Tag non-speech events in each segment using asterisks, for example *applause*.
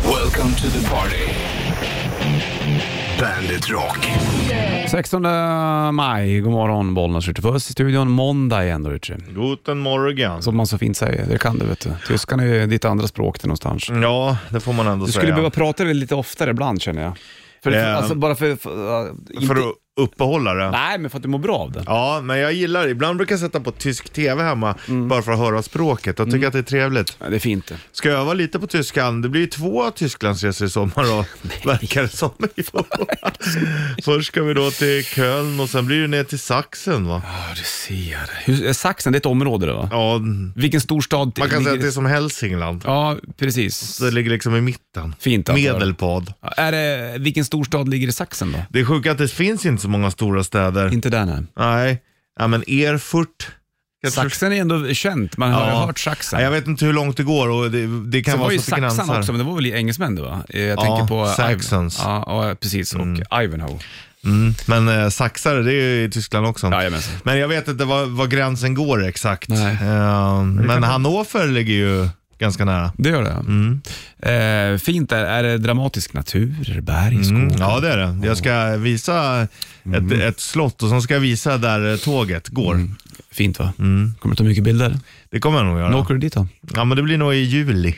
Welcome to the party. Bandit Rock. 16 maj, god morgon Bollnäs Ritchie. Puss i studion, måndag igen då Ritchie. Guten Morgen. Som man så fint säger, det kan du vet du. Tyskan är ju ditt andra språk till någonstans. Mm. Ja, det får man ändå Mm. Du skulle säga. behöva prata det lite oftare ibland känner jag. För, för, Eh, alltså bara för... för, uh, inte, För att uppehålla det. Nej, men för att du mår bra av det. Ja, men jag gillar det. Ibland brukar jag sätta på tysk TV hemma Mm. bara för att höra språket. Jag tycker att det är trevligt. Ja, det är fint det. Ska jag öva lite på tyskan? Det blir ju två Tysklandsresor i sommar *laughs* då, verkar det som. Först ska vi då till Köln och sen blir det ner till Sachsen va? Ja, du ser. Hur, eh, Sachsen, det är ett område det va? Ja, Vilken stor stad? man kan säga att det är ligger- som Hälsingland. Ja, precis. Det ligger liksom i mitten. Fint att höra. Medelpad. Ja, Är det, vilken storstad ligger i Sachsen då? Det är sjukt att det finns inte så många stora städer. Inte där nej. Nej, ja, men Erfurt. Jag tror- Sachsen är ändå känt, man har Ja. hört Sachsen. Nej, jag vet inte hur långt det går och det, det kan Sen vara var ju så att det Saxan gränsar. också, men det var väl engelsmän det va? Eh, Jag Ja, tänker på... Saxons. Ivan. Ja, ja, precis. Och Ivanhoe. Mm. Men eh, saxare, det är ju i Tyskland också. Jajamensan. Men jag vet inte var, var gränsen går exakt. Nej. Eh, men Hannover ligger ju ganska nära. Det gör det? Mm. Eh, fint där. Är det dramatisk natur? Berg, skog? Mm. Ja, det är det. Jag ska visa Mm. ett, ett slott och sen ska jag visa där eh, tåget går. Fint va? Kommer du ta mycket bilder? Det kommer jag nog göra. När åker du dit då? Mm. Ja, men det blir nog i juli.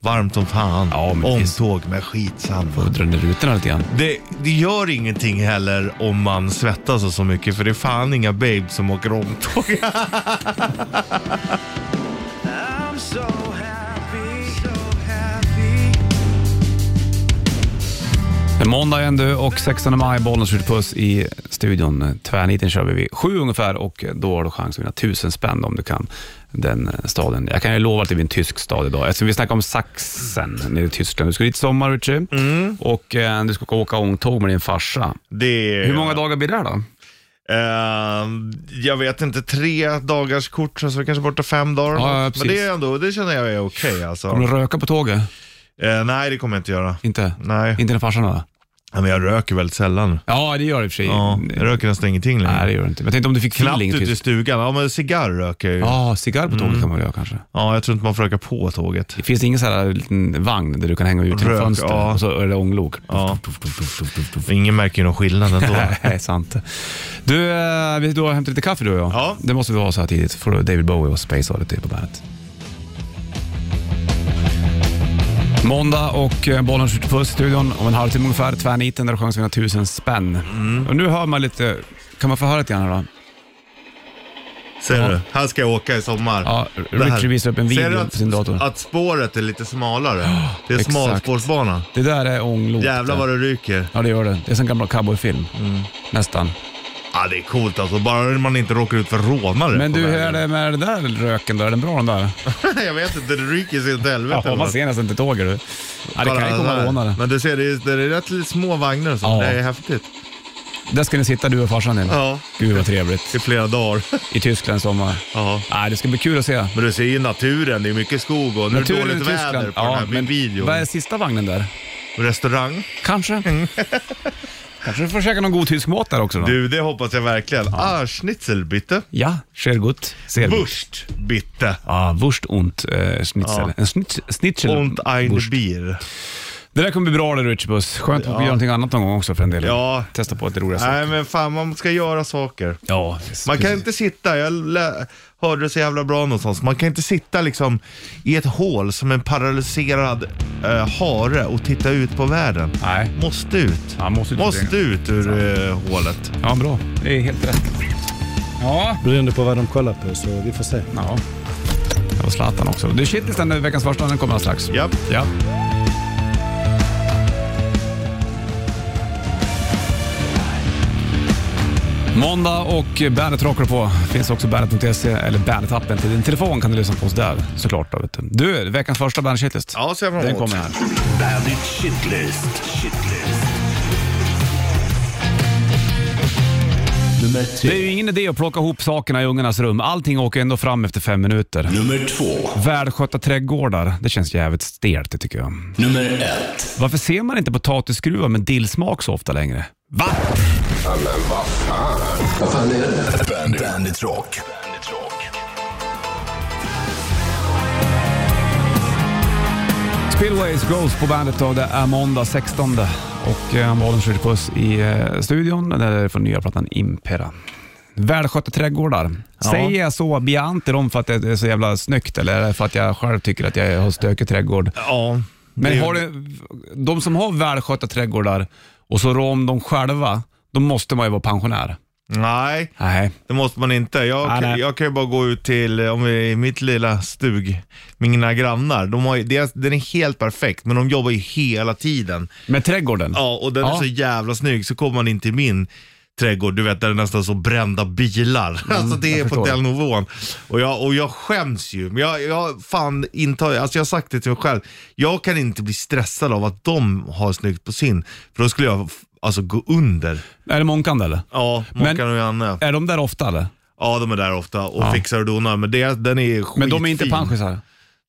Varmt som fan. Mhm. Ja, men visst. Omtåg med skitsamma. Får dra ner rutorna lite grann. Det, det gör ingenting heller om man svettas och så mycket för det är fan inga babes som åker omtåg. *laughs* I'm so happy, so happy. Det är Måndag igen du och 16 maj, bollen skjuter puss i studion. Tvärniten kör vi vid sju ungefär och då har du chans att vinna tusen spänn om du kan den eh, staden. Jag kan ju lova att det blir en tysk stad idag eftersom vi snackar om Sachsen nere i Tyskland. Du ska dit i sommar Richie Mm. och eh, du ska åka ångtåg med din farsa. Det är, Hur många dagar blir det då? Eh, jag vet inte, tre dagars kort, så vi kanske borta fem dagar. Ja, ja, men precis. det, är ändå, det känner jag är okej alltså. Kommer du röka på tåget? Eh, nej, det kommer jag inte göra. Inte? Nej, Inte när farsan då? Ja, men jag röker väldigt sällan. Ja, det gör det i och för sig. Ja, jag röker nästan ingenting längre. Nej, det gör det inte. Men jag tänkte om du fick Knappt feeling. ute i Mm. tyst. stugan. Ja, men cigarr röker jag ju. Ja. Ja, cigarr på tåget kan man väl göra kanske. jag tror inte man får röka på tåget. Det finns ingen så här liten vagn där du kan hänga ut genom Rök, fönstret ja. och så är det ånglok? Ja. Ingen märker ju någon skillnad ändå. *laughs* Nej, sant. Du, eh, vi då hämtar lite kaffe du och jag. Ja. Det måste vi ha så här tidigt. Får du David Bowie och Space Oddity på bandet. Måndag och eh, bollen skjuter på studion om en halvtimme ungefär. Tvärniten där du har chans att vinna tusen spänn. Mm. Och nu hör man lite, kan man få höra lite grann här då? Ser du? Här ska jag åka i sommar. Ja, Det här. Richard visar upp en Ser du video att, på sin dator. att spåret är lite smalare? Det är exakt. smalspårsbana. Det där är ånglok. Jävlar vad det ryker. Ja, det gör det. Det är som gammal cowboyfilm. Nästan. Ja, det är coolt alltså. Bara man inte råkar ut för rånare. Men på du, hur är vägen. det med den där röken då? Är den bra den där? *laughs* jag vet inte, det ryker sig åt helvete. Ja, man ser nästan inte tåget du. Ja, det Kolla kan ju här. komma rånare. Men du ser, det är, det är rätt lite små vagnar och så. Ja. Det är häftigt. Där ska ni sitta du och farsan din. Ja, Gud vad trevligt. i flera dagar. *laughs* I Tyskland i sommar. ja. Nej, det ska bli kul att se. Men du ser ju naturen, det är mycket skog och nu är det Naturen i dåligt väder Tyskland. på den här men videon. Vad är sista vagnen där? Restaurang. Kanske. *laughs* Kanske du får käka någon god tysk mat där också då? Mm. Du, det hoppas jag verkligen. Ah, schnitzel bitte. Ja, sehr gut. Sehr gut. Wurst bitte. Ja, wurst und äh, schnitzel. Ja. En schnitz, schnitzel. Und ein Wurst. Bier. Det där kommer bli bra det Richibus. Skönt att vi gör någonting annat någon gång också för en del. Ja. Testa på lite roliga saker. Nej men fan, man ska göra saker. Ja, Man kan precis. inte sitta, jag lä- hörde det så jävla bra någonstans, man kan inte sitta liksom i ett hål som en paralyserad eh, hare och titta ut på världen. Nej. Måste ut. Ja, måste ut. Måste ut ur eh, hålet. Ja, bra. Det är helt rätt. Ja. Beroende på vad de kollar på så vi får se. Ja. Det var Zlatan också. Du, shitlisten, eh, veckans första, den kommer alldeles strax. Japp. Ja. Måndag och Bandet rockar på. Finns också bandet.se eller Bandet-appen till din telefon kan du lyssna på oss där såklart. Då, vet du. du, veckans första Bandet Shitlist. Ja, ser jag fram Den emot. kommer här. Bandit Shitlist. Shitlist. Nummer Det tre. är ju ingen idé att plocka ihop sakerna i ungarnas rum. Allting åker ändå fram efter fem minuter. Nummer två. Välskötta trädgårdar, det känns jävligt stelt det tycker jag. Nummer ett. Varför ser man inte potatisskruvar med dillsmak så ofta längre? Va? Vad fan är det? Bandit, Bandit Rock. Bandit Rock. Spillways Ghost på bandet då. Det är måndag 16 och eh, bollen skjuter puss i eh, studion. Det är från nya plattan Impera. Välskötta trädgårdar. Säger jag så bianter om för att det är så jävla snyggt eller är det för att jag själv tycker att jag har stökig trädgård? Ja. Men det- har det, de som har välskötta trädgårdar och så rår om dem själva, då måste man ju vara pensionär. Nej, Nej. det måste man inte. Jag, Nej, nej. jag kan ju bara gå ut till, eh, om vi, i mitt lilla stug, mina grannar. De har, ju- deras, den är helt perfekt, men de jobbar ju hela tiden. Med trädgården? Ja, och den är Ja. så jävla snygg. Så kommer man in till min trädgård, du vet där det är nästan så brända bilar. *laughs* alltså det är på Mm, förstår. den nivån. Och jag, och jag skäms ju. Men jag, jag fan intar, alltså jag har sagt det till mig själv. Jag kan inte bli stressad av att de har snyggt på sin. För då skulle jag f- alltså gå under. Är det Månkan eller? Ja, Men- Mackan och Janne. Är de där ofta eller? Ja, de är där ofta och fixar och donar. Men det, den är skitfin. Mm. Men de är inte panschisar?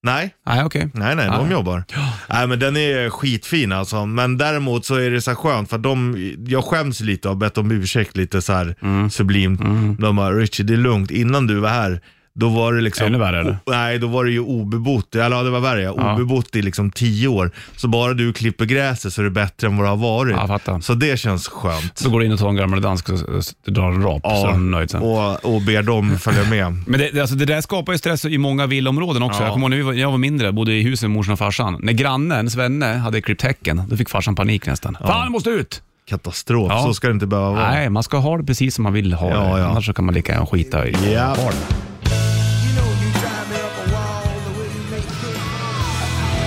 Nej. Nej, okej. Nej, nej, de Nej. jobbar. Nej, men den är skitfin alltså. Men däremot så är det så här skönt för de, jag skäms lite och har bett om ursäkt lite så här Mm. sublimt. De bara, Richie det är lugnt, innan du var här, då var det liksom... Ännu värre, eller? O- nej, då var det ju obebott, eller ja, det var värre ja. Obebott i liksom tio år. Så bara du klipper gräset så är det bättre än vad det har varit. Ja, fattar. så det känns skönt. Så går du in och tar en gammal dansk och s- s- drar en rap så är de nöjd sen. och, och ber dem följa med. *laughs* Men det, det- alltså det där skapar ju stress i många villområden också. Ja. Jag kommer ihåg när vi var, jag var mindre, bodde i huset med morsan och farsan. När grannen, Svenne, hade klippt häcken, då fick farsan panik nästan. Fan, jag måste ut! Katastrof, Ja. så ska det inte behöva vara. Nej, man ska ha det precis som man vill ha Ja, det. ja. Annars så kan man lika gärna skita i Ja. ha det. You know you drive me up a wall the way you make me.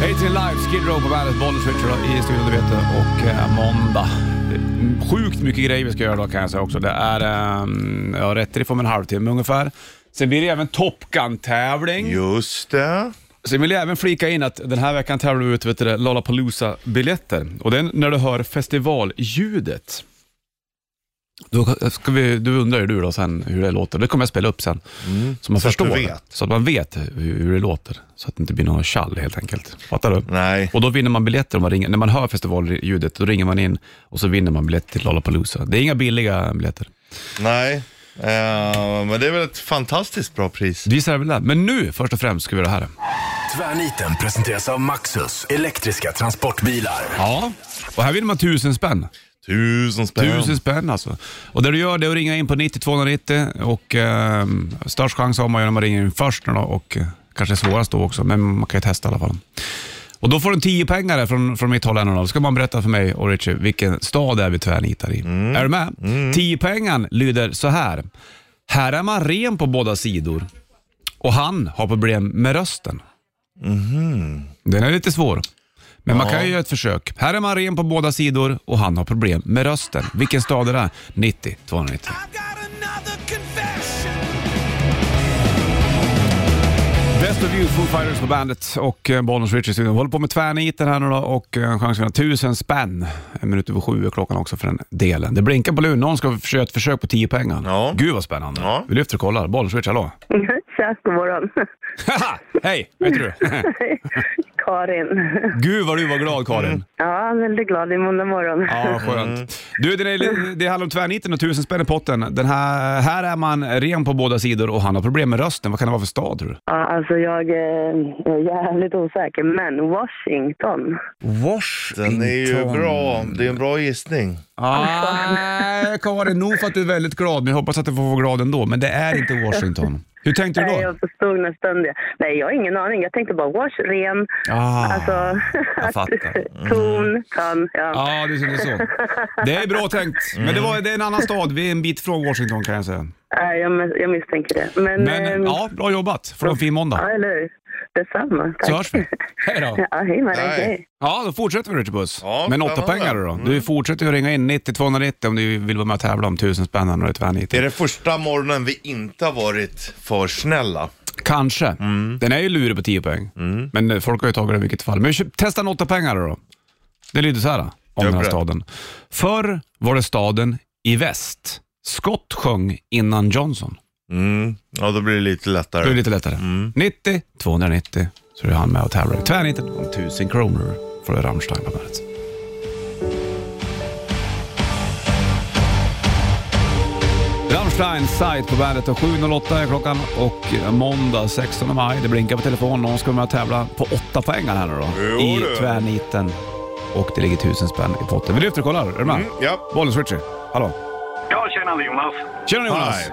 Hej till live, Skid Row på bandet, Bollnäs Richard i studion du vet det. och eh, måndag. Det är Sjukt mycket grejer vi ska göra då kan jag säga också. Det är, eh, ja rätt riff om en halvtimme ungefär. Sen blir det även Top Gun-tävling. Just det. Sen vill jag även flika in att den här veckan tävlar vi ut vet du det, Lollapalooza-biljetter. Och den, när du hör festivalljudet, då ska vi, du undrar ju du då sen hur det låter. Det kommer jag spela upp sen. så man Mm. så att förstår. du det. vet. Så att man vet hur, hur det låter. Så att det inte blir någon tjall helt enkelt. Fattar du? Nej. Och då vinner man biljetter om man ringer. När man hör festivalljudet, då ringer man in och så vinner man biljetter till Lollapalooza. Det är inga billiga biljetter. Nej, eh, men det är väl ett fantastiskt bra pris. Visst är det väl det. Men nu först och främst ska vi göra det här. Tvärniten presenteras av Maxus elektriska transportbilar. Ja, och här vinner man tusen spänn. Tusen spänn. Tusen spänn alltså. Och det du gör det är att ringa in på 9290 och eh, störst chans har man ju när man ringer in först nu då och eh, kanske svårast då också, men man kan ju testa i alla fall. Och då får du en 10 pengar från, från mitt håll här nu då. Då ska man berätta för mig och Richie vilken stad det är vi tvärnitar i. Är du med? 10 pengar lyder så här. Här är man ren på båda sidor och han har problem med rösten. Den är lite svår. Men man kan ju göra ett försök. Här är man ren på båda sidor och han har problem med rösten. Vilken stad är det? här? 90 290. I got another confession. Best of you, Foo Fighters på bandet och eh, Bollnäs Richards. Vi håller på med tvärniten här nu då och eh, chansen att vinna 1000 spänn. En minut över sju är klockan också för den delen. Det blinkar på luren. Någon ska försöka ett försök på 10 pengar. Ja. Gud vad spännande. Ja. Vi lyfter och kollar. Bollnäs Richards, *laughs* hallå? *laughs* Tja, god morgon. *laughs* Haha! Hej! Vad heter du? *laughs* Karin. Gud vad du var glad Karin. Ja, väldigt glad i måndag morgon. Mm. Ja, skönt. Du, det, är, det handlar om tvärniten och tusen spänn i potten. Den här, här är man ren på båda sidor och han har problem med rösten. Vad kan det vara för stad tror du? Ja, alltså jag eh, är jävligt osäker, men Washington. Den är ju bra. Det är en bra gissning. Ah. Nej, Karin, nog för att du är väldigt glad, men jag hoppas att du får vara glad ändå. Men det är inte Washington. Hur tänkte du Nej, då? jag förstod nästan det. Nej, jag har ingen aning. Jag tänkte bara wash, ren. Ah, alltså, *laughs* jag fattar. Mm. ton, ton. Ja. Ja, du kände så. Det är bra tänkt, men det, var, Mm. det är en annan stad. Vi är en bit från Washington kan jag säga. Nej, Jag, mis- jag misstänker det. Men, Men ehm, ja, bra jobbat. Får du en fin ja, måndag. eller hur? Detsamma. Tack. Så hörs vi. Hej då. *laughs* Ja, hej med dig. Nej. Hej. Ja, då fortsätter vi Richard Puss. Ja, Men åtta spännande. Mm. pengar då. Du fortsätter ju att ringa in 9290 om du vill vara med och tävla om tusen spänn när du är tvärnit. Det är den första morgonen vi inte har varit för snälla. Kanske. Mm. Den är ju lurig på 10 poäng. Men eh, folk har ju tagit den i vilket fall. Men kö- testa en åtta pengar då. Det lyder så här då, om Jag är den här beredd. staden. Förr var det staden i väst. Scott sjöng innan Johnson. Mm. Ja, då blir det lite Det är lättare. lite lättare. Mm. 90, 290, så är han med och tävlar. Tvärniten om 1000 kronor får Rammstein på bandet. Rammstein, Sight på bandet. Och 7.08 är klockan och måndag 16 maj. Det blinkar på telefonen. Någon ska vara med och tävla på åtta poängar här nu då. Jo, I du. tvärniten. Och det ligger tusen spänn i potten. Vi lyfter och kollar. Är du med? Mm, ja. Bollens Richie. Hallå. Ja, tjena det är Jonas. Tjena Jonas! Hej.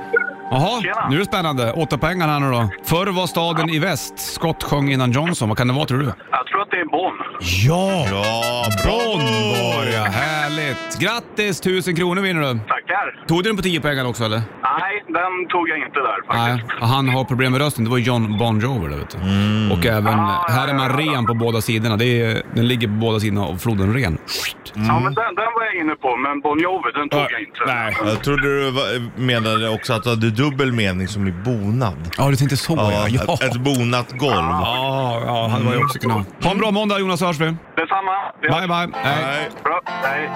Jaha, Tjena. nu är det spännande. Åtta poängar här nu då. Förr var staden i väst. Skott sjöng innan Johnson. Vad kan det vara tror du? Jag tror att det är Bonn. Ja! Ja, Bonn var det bravo! ja. Härligt! Grattis! Tusen kronor vinner du. Tackar. Tog du den på 10 poängar också eller? Nej, den tog jag inte där Nej, faktiskt. han har problem med rösten. Det var ju John Bon Jovi där, vet du. Mm. Och även, Ah, här är ja, man ja, ja. ren på båda sidorna. Det är, den ligger på båda sidorna av floden Ren. Ja, men den, den var jag inne på, men Bon Jovi, den tog jag inte. Nej. Jag trodde du var- menade också att du hade dubbel mening som i bonad. Ja, du tänkte så ja. Ja, Ett, ett bonat golv. ja, ja hade man ju också kunnat. Ha en bra måndag Jonas, så hörs vi. Detsamma. Det Bye, bye. Hej. Nej. Bra. Hej.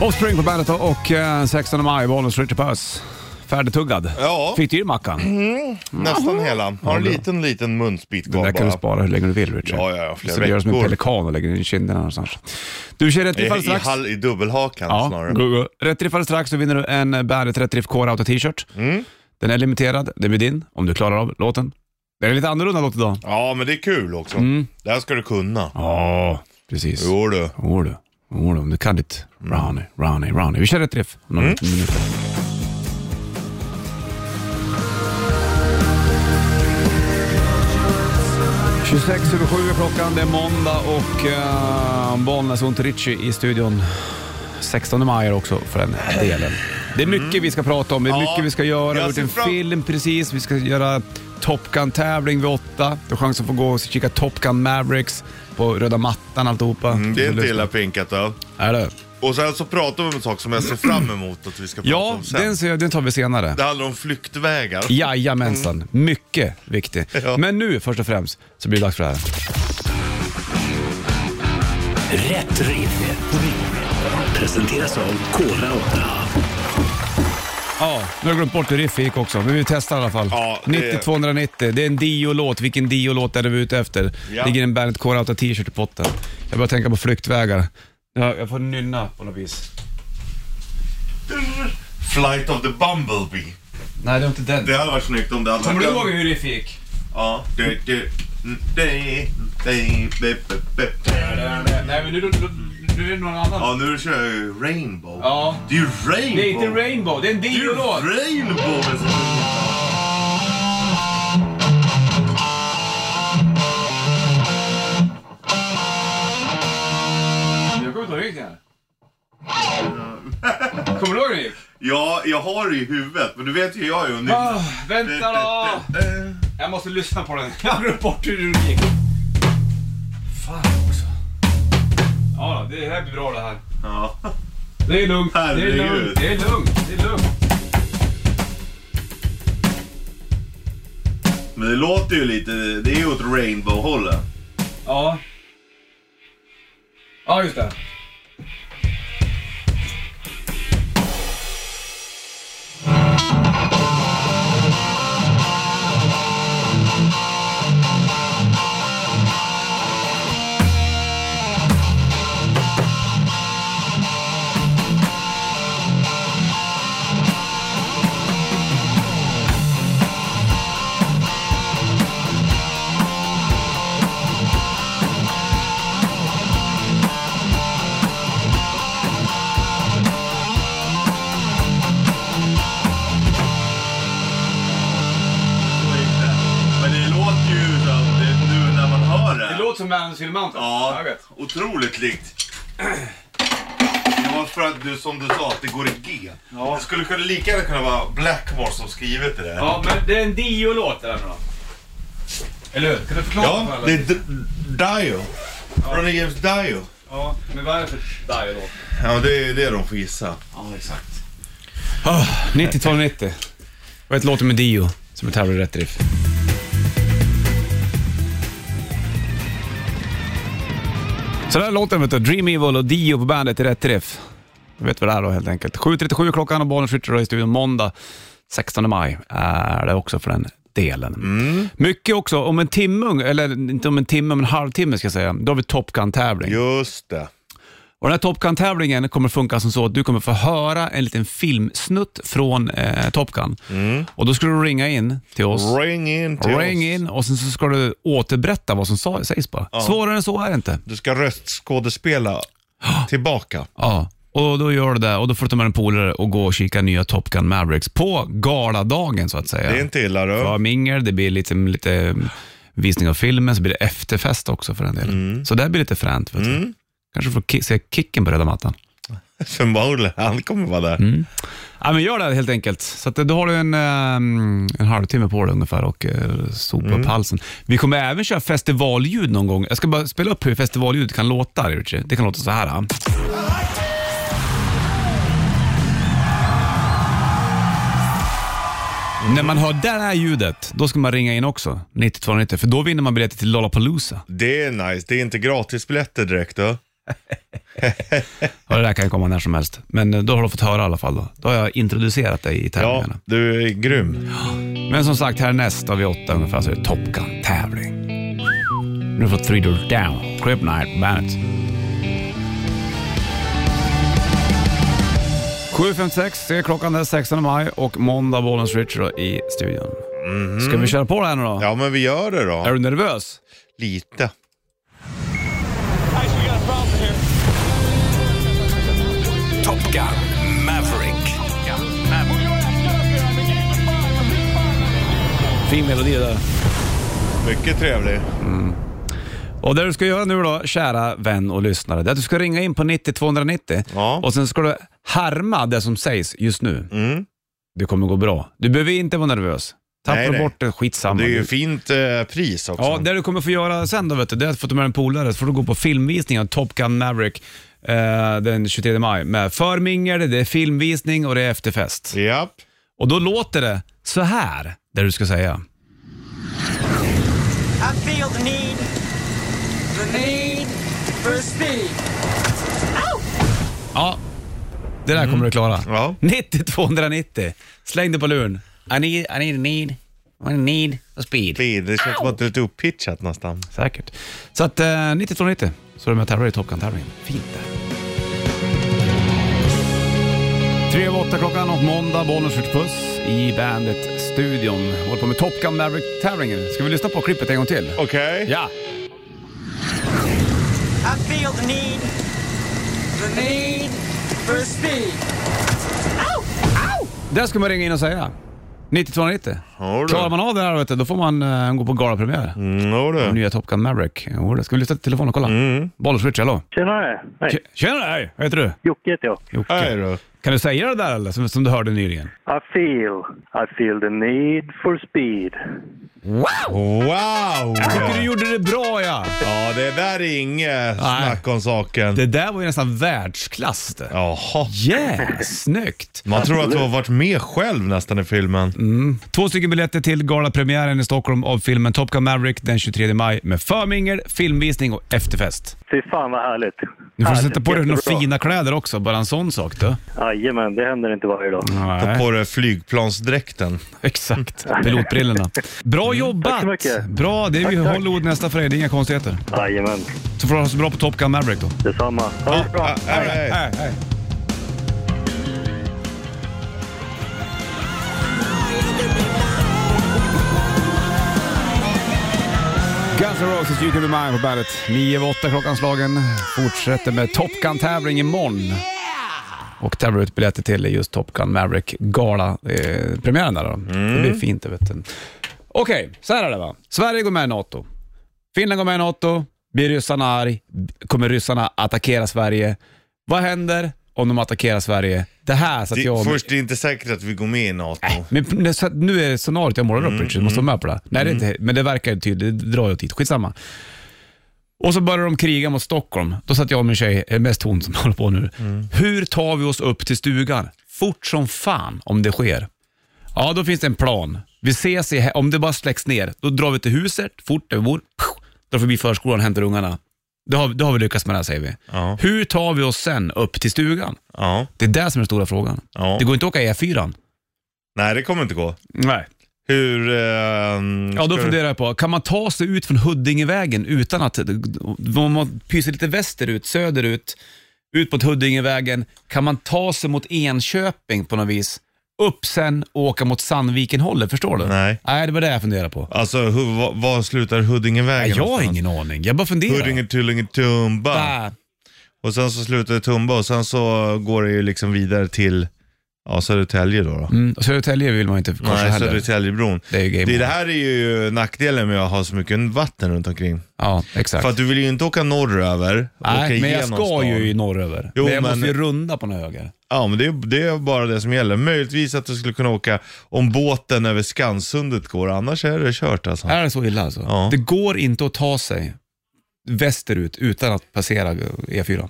Offspring på bandet då och eh, 16 maj, Bollnäs Richard Puss. Färdigtuggad. Ja. Mm. Fick du i dig mackan? Nästan hela. Har en liten, liten munsbit Den kvar där kan du bara. spara hur länge du vill Richard. Ja, ja, ja, flera Så du gör som en veckor. pelikan och lägger den i kinderna någonstans. Du kör rätt I, riff i, alldeles strax. hall, I dubbelhakan Ja, snarare. go, go. Rätt riff alldeles strax så vinner du en Bandet Rätt Riff Core Auto t-shirt. Mm. Den är limiterad, den blir din om du klarar av låten. Det är en lite annorlunda låt idag. Ja, men det är kul också. Mm. Det här ska du kunna. Alltså. Ja, precis. Jo. Jo du. du. Jo du, om du kan ditt Ronny, Ronny, Ronny. Vi kör rätt riff om några minuter. Sex över sju är klockan, det är måndag och uh, Bollnäs och Richie i studion. 16 maj också för den delen. Det är mycket vi ska prata om, det är Ja, mycket vi ska göra. Vi har jag gjort ser en fram- film precis, vi ska göra Top Gun-tävling vid åtta. Du har chans att få gå och kika Top Gun Mavericks på röda mattan alltihopa. Mm, Det är inte illa pinkat då. Är det? Och sen så pratar vi om en sak som jag ser fram emot att vi ska prata Ja, om sen. den, ser jag- den tar vi senare. Det handlar om flyktvägar. Jajamensan, mycket viktigt. Mm. *laughs* Ja. Men nu först och främst så blir det dags för det här. Rätt riff. Presenteras av Kora 8. Ja, nu har jag glömt bort hur riffet gick också, men vi testar i alla fall. Ja, det- 90-290, det är en Dio-låt. Vilken Dio-låt är det vi är ute efter? Ja. ligger en Bandet Core Outta t-shirt i potten. Jag börjar tänka på flyktvägar. Jag, jag får nynna på något vis. Flight of the Bumblebee. Nej, det var inte den. Det hade varit snyggt om det hade Kommer du varit ihåg hur riffet gick? Ja. Du, du, mm, du, du, be, be, be. Nej, men nu, nu, nu är det någon annan. Ja, nu kör jag ju Rainbow. Ja. Det är ju Rainbow. Det är inte Rainbow, det är en Det är ju Dio-låt. Rainbow. Jag kommer inte ihåg hur det här. Kommer du ihåg hur det gick? Ja, jag har det i huvudet, men du vet ju hur jag är och nu. Ah, vänta då! Jag måste lyssna på den. *laughs* Jag har glömt bort hur det gick. Fan också. Ja, då, det här blir bra det här. Ja. Det är lugnt. Det är Herregud. lugnt. Det är lugnt. Det är lugnt. Men det låter ju lite, det är ju åt Rainbow-hållet. Ja. Ja, just det. Men det låter ju som det nu när man hör Det låter som Man's Hill Mountain. Ja, Jag vet. otroligt likt. Det var för att du, som du sa, att det går i G. Det skulle kunna lika gärna kunna vara Blackmore som skrivit det där. Ja, men det är en Dio-låt det där nu då. Eller hur? Kan du förklara för Ja, alla? det är D- Dio. Ronny James Dio. Ja, men vad är det för Dio-låt? Ja, det är det de får gissa. Ja, exakt. 90-290. Och ett låten med Dio som är tävlar i rätt riff. Så där låter den vet du. Dream Evil och Dio på bandet i rätt riff. Du vet vad det är då helt enkelt. 7.37 klockan och Bollnäs Ritchie i studion måndag 16 maj är det också för den delen. Mycket också, om en timme, ung- eller inte om en timme, men en halvtimme ska jag säga, då har vi Top Gun-tävling. Just det. Och den här Top Gun-tävlingen kommer funka som så att du kommer få höra en liten filmsnutt från eh, Top Gun. Och då ska du ringa in till oss. Mm. Ring in till Ring oss. in och sen så ska du återberätta vad som sa- sägs bara. Svårare än så är det inte. Du *gasps* ska röstskådespela tillbaka. Ja, och då gör du det och då får du ta med en polare och gå och kika nya Top Gun Mavericks på galadagen så att säga. Det är inte illa du. Det var mingel, det blir lite, lite visning av filmen, så blir det efterfest också för en del. Mm. Så det här blir lite fränt. Vet du. Kanske får ki- se kicken på röda mattan. *laughs* Förmodligen. Han kommer vara där. Mm. Ja, men gör det helt enkelt. Så att, eh, då har du en, ehm, en halvtimme på dig ungefär och eh, sopa upp halsen. Vi kommer även köra festivalljud någon gång. Jag ska bara spela upp hur festivalljud kan låta. Richie. Det kan låta så här. ja. När man hör det här ljudet, då ska man ringa in också. 9290, för då vinner man biljetter till Lollapalooza. Det är nice. Det är inte gratisbiljetter direkt du. Och det där kan ju komma när som helst. Men eh, då har du fått höra i alla fall. Då, då har jag introducerat dig i Ja, tävlingarna. du är grym. Men som sagt, härnäst har vi åtta ungefär så är det Top Gun-tävling. Nu får Three Doors Down, Crip Night Bandet. 7.56 är klockan den 16 maj och måndag Bollens Richard i studion. Ska vi köra på det här nu då? Ja, men vi gör det Är då. du nervös? Lite. Top Gun Maverick. Fin melodi där. Mycket trevlig. Och det du ska göra nu då, kära vän och lyssnare, det är att du ska ringa in på 90 290 Ja. och sen ska du härma det som sägs just nu. Mm. Det kommer gå bra. Du behöver inte vara nervös. Tappar Nej, du nej. bort det, skitsamma. Det är ju Du- fint eh, pris också. Ja, det du kommer få göra sen då, vet du, det är att få ta med en polare, så får du gå på filmvisning av Top Gun Maverick eh, den 23 maj med förmingel, det är filmvisning och det är efterfest. Japp. Och då låter det så här, det du ska säga. I feel the need, the need for speed. Ja, det där kommer du klara. Ja. 90 290. Släng det på luren. I need, I need, need, I need for speed. Det det känns som att det är lite upppitchat nästan. Säkert. Så att eh, 90 290 så är du med och tävlar i Top Gun-tävlingen. Fint där. Tre över åtta klockan och måndag, Bollnäs skjuter puss i Bandet-studion. Håller på med Top Gun Maverick-tävlingen. Ska vi lyssna på klippet en gång till? Okej. Ja. I feel the need, the need for speed. Där ska man ringa in och säga. 90 290. Ja, du. Klarar man av det här, vet du, då får man eh, gå på galapremiär. Mm, jo Den du. Nya Top Gun Maverick. Jo, det ska vi lyfta till telefonen och kolla? Mm. Bollers Rich, hallå? Tjenare! Hej! Tj- Tjena hej! Vad heter du? Jocke heter jag. Jocke. Hej du. Kan du säga det där eller? Som, som du hörde nyligen? I feel, I feel the need for speed. Wow! Tycker du gjorde det bra ja! Ja, det där är inget snack om saken. Det där var ju nästan världsklass det. Jaha. Yeah, snyggt! Man tror att du har varit med själv nästan i filmen. Två stycken biljetter till galapremiären i Stockholm av filmen Top Gun Maverick den 23 maj med förmingel, filmvisning och efterfest. Fy fan vad härligt. Du får Härligt, sätta på dig några jättebra. fina kläder också, bara en sån sak du. Jajamän, det händer inte varje dag. Mm. Ta på dig flygplansdräkten. *laughs* Exakt, pilotbrillorna. Bra jobbat! så mycket. Bra, det är ju Hollywood nästa fredag, det är inga konstigheter. Jajamän, Så får du ha så bra på Top Gun Maverick då. detsamma. Ha det bra! Ah, hej, hej. Guns N' Roses, You Can Be Mine på bandet. 9 över 8 klockan slagen. Fortsätter med Top Gun-tävling imorgon. Och tävlar ut biljetter till just Top Gun Maverick Gala-premiären där då. Det blir fint det vet du. Okej, så här är det va. Sverige går med i NATO. Finland går med i NATO. Blir ryssarna arg? Kommer ryssarna attackera Sverige? Vad händer om de attackerar Sverige? Det här satt Det, jag och Först, det är inte säkert att vi går med i NATO. men nu- så att nu är scenariot jag målar upp, Mm, Richard. Du måste vara med på det. Nej, det är inte, men det verkar ju tydligt. Det drar ju åt dit. Skitsamma. Och så började de kriga mot Stockholm. Då satt jag och min tjej, eh, mest hon som *laughs* håller på nu. Mm. Hur tar vi oss upp till stugan? Fort som fan om det sker. Ja, då finns det en plan. Vi ses i, he- om det bara släcks ner, då drar vi till huset, fort där vi bor, Pow! drar förbi förskolan och hämtar ungarna. Det har, det har vi lyckats med det här, säger vi. Ja. Hur tar vi oss sen upp till stugan? Ja. Det är det som är den stora frågan. Ja. Det går inte att åka E4. Nej, det kommer inte gå. Nej. Hur... ehm, Ja, ska då du- funderar jag på, kan man ta sig ut från Huddingevägen utan att... Om man pyser lite västerut, söderut, ut mot Huddingevägen, kan man ta sig mot Enköping på något vis? Upp sen och åka mot Sandviken-hållet, förstår du? Nej. Nej, det var det jag funderade på. Alltså, hur, var, var slutar Huddingevägen? Nej, jag har någonstans? ingen aning, jag bara funderar. Ah. Huddinge, Tullinge, Tumba. Bah. Och sen så slutar det Tumba och sen så går det ju liksom vidare till ja, Södertälje då. då. Mm, och Södertälje vill man ju inte korsa Nej, heller. Södertäljebron. Det är ju game det, det over. här är ju nackdelen med att ha så mycket vatten runt omkring. Ja, exakt. För att du vill ju inte åka norröver. åka Nej, men jag igenom ska stan. ju norröver. Jo, men jag men- måste ju runda på något höger. Ja, men det är, det är bara det som gäller. Möjligtvis att du skulle kunna åka om båten över Skansundet går, annars är det kört alltså. Är det så illa alltså? Ja. Det går inte att ta sig västerut utan att passera E4.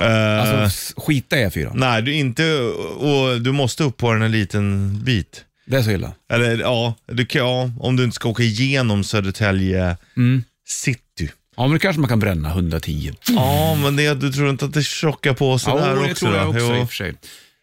Eh, Alltså s- skita i E4. nej, du inte, och du måste upp på den en liten bit. Det är så illa. Eller ja, du kan, ja om du inte ska åka igenom Södertälje Mm. city. Ja, men då kanske man kan bränna 110. Ja, men det, du tror inte att det tjockar på sig Ja, där det också? tror jag då? också Jo. i och för sig.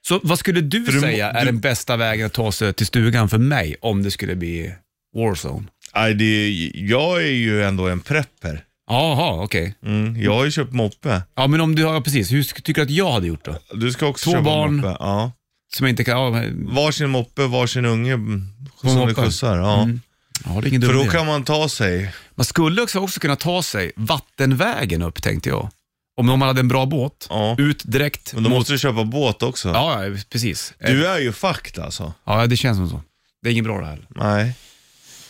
Så vad skulle du, För du må- säga är du- den bästa vägen att ta sig till stugan för mig om det skulle bli warzone? Nej, det, jag är ju ändå en prepper. Jaha, okej. Mm, jag har ju köpt moppe. Ja, men om du har, precis, hur sk- tycker du att jag hade gjort då? Du ska också Två köpa barn. moppe. Ja. Som jag inte kan, ja, Varsin moppe, varsin unge mm, som du moppen. skjutsar. Ja. Mm. ja det är ingen dum För då idé. kan man ta sig. Man skulle också, också kunna ta sig vattenvägen upp, tänkte jag. Om man hade en bra båt, Ja. ut direkt. Men då mot- måste du köpa båt också. Ja, ja, precis. Du är ju fucked alltså. Ja, det känns som så. Det är inget bra det här. Nej.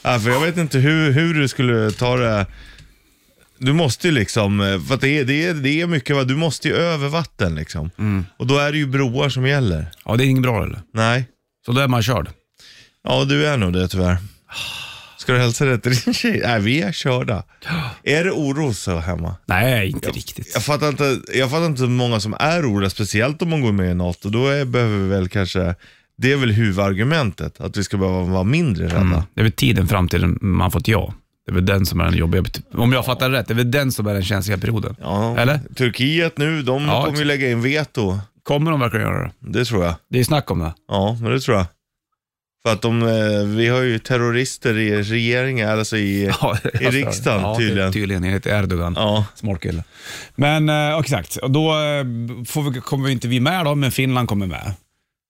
Ja, för jag vet inte hur, hur du skulle ta det. Du måste ju liksom, eh, för att det är, det är, det är mycket, va? du måste ju över vatten liksom. Mm. Och då är det ju broar som gäller. Ja, det är inget bra eller? Nej. Så då är man körd. Ja, du är nog det tyvärr. Ska du hälsa det till din tjej? Nej, vi är körda. Är det oro så hemma? Nej, inte riktigt. Jag fattar inte, jag fattar inte hur många som är oroliga, speciellt om man går med i NATO. Då är, behöver vi väl kanske, det är väl huvudargumentet, att vi ska behöva vara mindre rädda. Det är väl tiden fram till den- man fått ja. Det är väl den som är den jobbiga, om jag fattar rätt, det är väl den som är den känsliga perioden. Ja, Eller? Turkiet nu, de Ja, kommer ju exakt. lägga in veto. Kommer de verkligen göra det? Det tror jag. Det är snack om det. Ja, men det tror jag. För att de, eh, vi har ju terrorister i regeringen, alltså i, i riksdagen ja, tydligen. Tydligen, enligt Erdogan. Ja. Smart kille. Men eh, exakt, och då eh, får vi, kommer vi inte vi med då, men Finland kommer med. *laughs*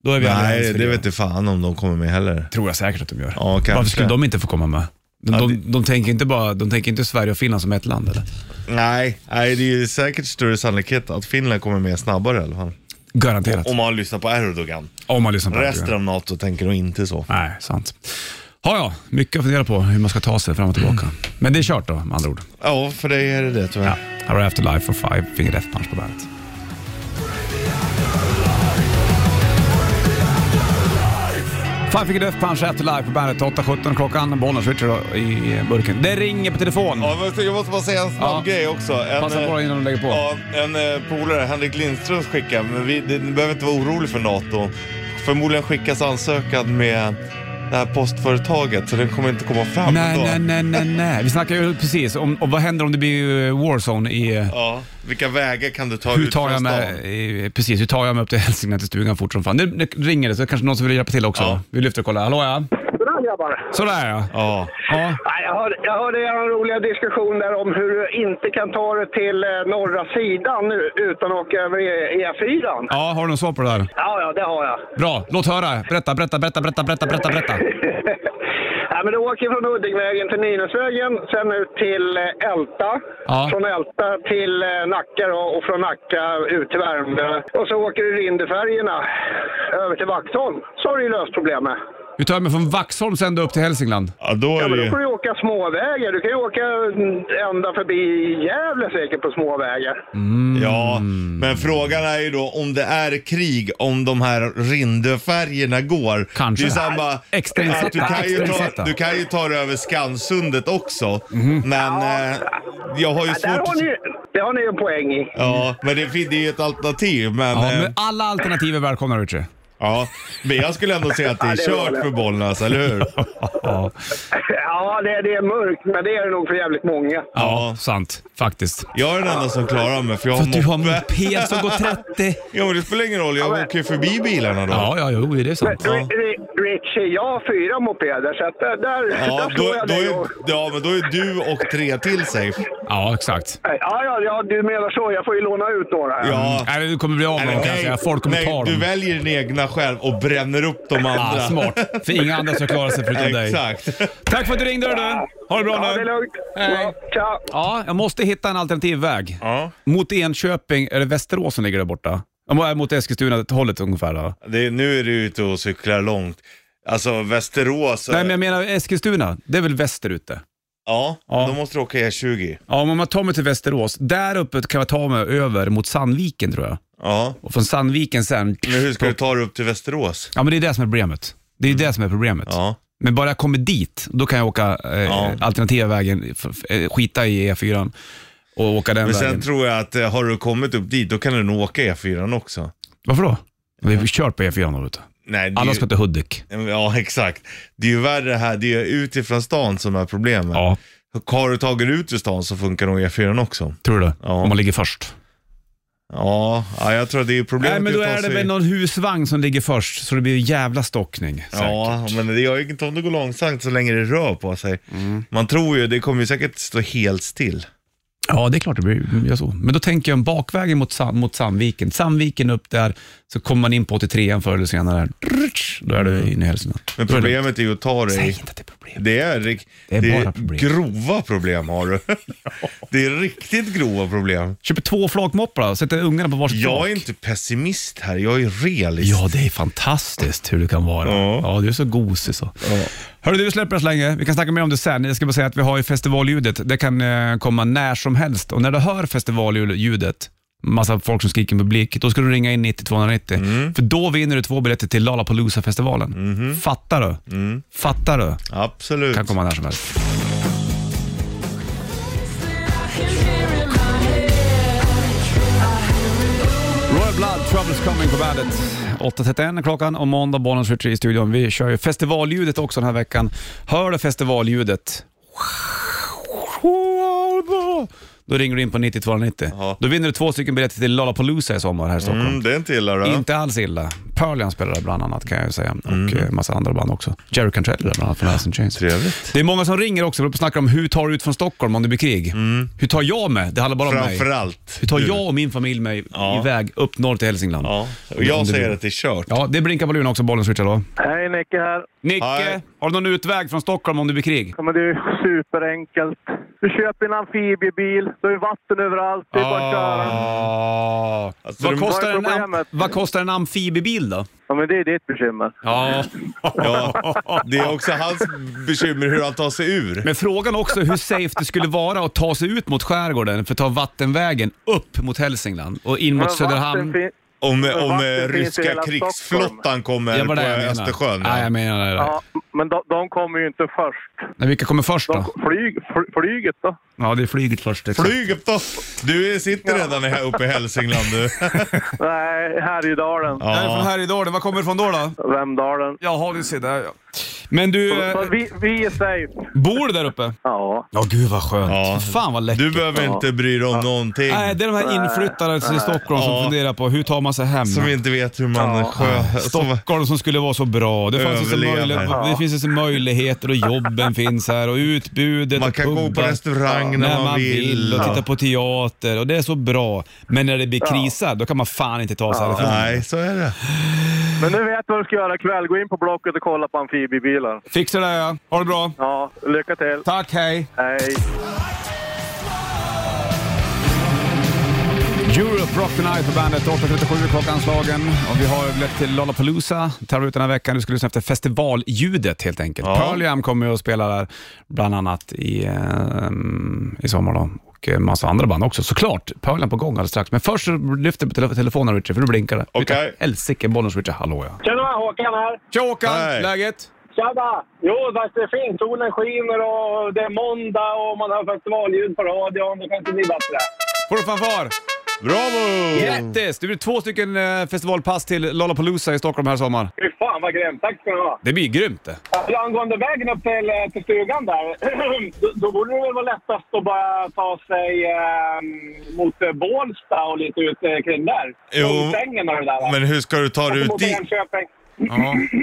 Då är vi alliansfria. Nej, det vet inte fan om de kommer med heller. tror jag säkert att de gör. Ja, kanske. Varför skulle de inte få komma med? De, Ja, de, det- de, tänker inte bara, de tänker inte Sverige och Finland som ett land eller? Nej, nej, det är ju säkert större sannolikhet att Finland kommer med snabbare i alla fall. Garanterat. Om man lyssnar på Erdogan. Om man lyssnar på Resten det. av NATO tänker nog inte så. Nej, sant. Ja, ja, mycket att fundera på hur man ska ta sig fram och tillbaka. *clears throat* Men det är kört då, med andra ord. Ja, för dig är det det tyvärr. Ja. Här har Afterlife och Five Finger Death Punch på bandet. Five Finger Death Punch, Afterlife på bandet. 8.17 klockan, Bollnäs Richard i burken. Det ringer på telefon. Ja, men jag måste bara säga en snabb Ja. grej också. En, Passa på eh, dig innan du lägger på. Ja, en eh, polare, Henrik Lindström skickar, men vi, det, ni behöver inte vara orolig för NATO. Förmodligen skickas ansökan med det här postföretaget, så den kommer inte komma fram Nej, ändå. nej, nej, nej, nej. Vi snackar ju precis om och vad händer om det blir eh, warzone i... eh, Ja, vilka vägar kan du ta Hur ut tar, från jag stan? med, eh, precis, hur tar jag mig upp till Hälsingland till stugan fort som fan? Nu nu ringer det, så kanske någon som vill hjälpa till också. Ja. Vi lyfter och kollar. Hallå ja. Bra grabbar! Sådär ja. Ja, ja. Nej, jag, hörde, jag hörde er roliga diskussion där om hur du inte kan ta dig till eh, norra sidan nu utan att åka över E- E4. Ja, har du något svar på det där? Ja, ja, det har jag. *laughs* Bra, låt höra. Berätta, berätta, berätta, berätta, berätta, berätta. berätta. Nej, men du åker från Huddingevägen till Nynäsvägen, sen ut till eh, Älta. Ja. Från Älta till eh, Nacka då, och från Nacka ut till Värmdö. Och så åker du Rinderfärjorna över till Vaxholm. Så har du ju löst problemet. Hur tar jag mig från Vaxholm sen då upp till Hälsingland? ja då Ja, är men det då ju... får du åka småvägar. Du kan ju åka mm, ända förbi Gävle säkert på småvägar. Ja, Mm. men frågan är ju då om det är krig, om de här Rindöfärjorna går. Kanske. Det är samma, Extrainsatta, att du, kan ju ta, extrainsatta. du kan ju ta dig över Skansundet också, Mhm. men eh, jag har ju Ja, där svårt... har ni, det har ni ju en poäng i. *laughs* Ja, men det, fin- det är ju ett alternativ. Men, Ja, eh, men alla alternativ är välkomna Richie. ja, men jag skulle ändå säga att det är Ja, det är bra kört det. för Bollnäs, eller hur? Ja, Ja, det, det är mörkt, men det är det nog för jävligt många. ja sant. Faktiskt. Jag är den enda som klarar mig, för jag har moped som går 30. Ja, men det spelar ingen roll. Jag åker ju förbi bilarna då. Ja, ja, jo, det är sant. Men, Ri- Ri- Rick, Richie, jag har fyra mopeder, så att där, där, Ja, där då, slår jag då dig. är, och- ja, men då är du och tre till safe. Ja, exakt. Ja, ja, ja, du menar så. Jag får ju låna ut några. Ja. Nej, det kommer bli av med dem kanske. Folk kommer nej, ta du dem. väljer din egna själv och bränner upp de Ah, andra. smart. För inga andra ska klara sig förutom dig. Exakt. Tack för att du ringde du. Ha det Ja, bra det nu. är lugnt. Hej. Ja, tja. Ja, jag måste hitta en alternativ väg. Ja. Mot Enköping, är det Västerås som ligger där borta? Ja, men Mot Eskilstuna-hållet ungefär då? Det, nu är du ute och cyklar långt. Alltså Västerås. Nej, men jag menar Eskilstuna. Det är väl västerut det? ja, Ja. då måste du åka E E20. Ja, men om man tar mig till Västerås. Där uppe kan jag ta mig över mot Sandviken tror jag. Ja. Och från Sandviken sen... Men hur ska du ta dig upp till Västerås? Ja, men det är det som är problemet. Det är det som är problemet. Mm. Ja. Men bara jag kommer dit, då kan jag åka eh, Ja. alternativa vägen, f- f- eh, skita i E4 och åka den Men vägen. sen tror jag att eh, har du kommit upp dit, då kan du nog åka E4 också. Varför då? Vi har kört på E4 då, vet du. Nej, det är Alla ju- ska till Hudik. Ja, *laughs* exakt. Det är ju värre det här, det är ju utifrån stan som är problemet. Ja, Har du tagit ut ur stan så funkar nog E4 också. tror du det? Ja. Om man ligger först. Ja, ja jag tror att det är problemet Nej, men då att ta är det sig- väl någon husvagn som ligger först, så det blir en jävla stockning. säkert. Ja, men det gör ju inget om det går långsamt så länge det rör på sig. Man tror ju, det kommer ju säkert stå helt still. ja, det är klart det blir gör så. Men då tänker jag om bakvägen mot, Sand, mot Sandviken. Sandviken upp där, så kommer man in på 83an förr eller senare. Rutsch, Då är du inne i Hälsingland. Mm. Men Då är det- problemet är ju att ta Säg dig... inte att det är problem. Det är, rik- Det är det bara problem. grova problem *laughs* har du. det är riktigt grova problem. Köper två flakmoppar då, sätter ungarna på varsitt flak. Jag är inte pessimist här, jag är realist. Ja, det är fantastiskt hur det kan vara. Ja, Ja. du är så gosig så. Hörru du, vi släpper det så länge. Vi kan snacka mer om det sen. Jag ska bara säga att vi har ju festivalljudet. Det kan eh, komma när som helst och när du hör festivalljudet, massa folk som skriker i publik, då ska du ringa in 9290. För då vinner du två biljetter till Lollapalooza-festivalen. Fattar du? Fattar du? Absolut. Kan komma när som helst. Royal Blood, Troubles Coming på bandet. 8.31 är klockan och måndag, Bonus Retreat i studion. Vi kör ju festivalljudet också den här veckan. Hör du festivalljudet? Då ringer du in på 9290. Ja. Då vinner du två stycken biljetter till Lollapalooza i sommar här i Stockholm. Mm, det är inte illa då. Inte alls illa. Pearlian spelar där bland annat kan jag ju säga Mm. och eh, massa andra band också. Jerry Cantrell är där bland annat från Alice in Chains. Trevligt. Det är många som ringer också och snackar om hur tar du ut från Stockholm om det blir krig? Hur tar jag mig? Det handlar bara om mig. Mm. Framförallt. Hur tar du. jag och min familj mig Ja. iväg upp norr till Hälsingland? Ja, och jag Om det säger blir- att det är kört. Ja, det blinkar på luren också, bollen switchar då. Hej, Nicke här. Nicke, Hej. har du någon utväg från Stockholm om det blir krig? Ja, men det är ju superenkelt. Du köper en amfibiebil, det är vatten överallt, det är bara att köra. Ah. Alltså, Vad du- kostar, Vad är en am- problemet? vad kostar en amfibiebil då? Ja, men det är ditt bekymmer. Ja. Ja, det är också hans bekymmer hur han tar sig ur. Men frågan också hur safe det skulle vara att ta sig ut mot skärgården för att ta vattenvägen upp mot Hälsingland och in mot Söderhamn. Fin- Om, Men om eh, vatten finns i ryska hela krigsflottan Stockholm. kommer Det var på det jag menar. Östersjön. Nej, jag menar det. ja, men de, de kommer ju inte först. Nej, vilka kommer först De, då? flyg, fl- flyget då? Ja, det är flyget först. exakt. Flyg upp då! Du sitter redan här uppe i Hälsingland du. Nej, Härjedalen. Jag är från Härjedalen. Var kommer du ifrån då? då? Vemdalen. Jaha, du ser där ja. Men du, Så eh, vi, vi är safe. bor du där uppe? Ja. Ja, gud vad skönt. Ja. Fan vad läckert. Du behöver inte bry dig om någonting. Nej, det är de här inflyttade till Stockholm som Ja. funderar på hur tar man sig hem? Som inte vet hur man Alltså, Ja. sjö... Som... Stockholm som skulle vara så bra. Det, fanns ju så Överlever. möjligheter, Ja. det finns ju så möjligheter och jobben finns här och utbudet Man och kan gå på pubbar. restaurang när man vill. och Ja. titta på teater och det är så bra. Men när det blir krisar, då kan man fan inte ta sig härifrån. Nej, så är det. Men nu vet du vad du ska göra ikväll. Gå in på Blocket och kolla på amfibiebilar. Fixa det ja. Ha det bra. Ja, lycka till. Tack, hej. Hej. Europe Rock the Night på bandet. 8.37 är klockanslagen. Och vi har blivit till Lollapalooza. Tar ut den här veckan. Du ska lyssna efter festivalljudet helt enkelt. Ja. Pearl Jam kommer ju att spela där bland annat i, ehm, i sommar då. Och en massa andra band också såklart. Pearl Jam på gång alldeles strax. Men först så lyfter vi på tele- telefonen Richard, för du blinkar det. Okej. Utan Helsike, bollen switchar. Hallå ja. Tjena, Håkan här. Tja Håkan, Hej. läget? Tjabba! Jo, fast det är fint. Solen skiner och det är måndag och man har festivalljud på radion. Det kan inte bli bättre. Får du fanfar? Bravo! Mm. Grattis! Det blir två stycken eh, festivalpass till Lollapalooza i Stockholm här i sommar. Fy fan vad grymt. Tack ska ni ha. Det blir grymt det. Alltså, angående vägen upp till, eh, till stugan där. *clears throat* då, då borde det väl vara lättast att bara ta sig eh, mot eh, Bålsta och lite ut eh, kring där. Jo, Kungsängen och det där. va? Men hur ska du ta dig Alltså, ut mot dit? Enköping. Ja,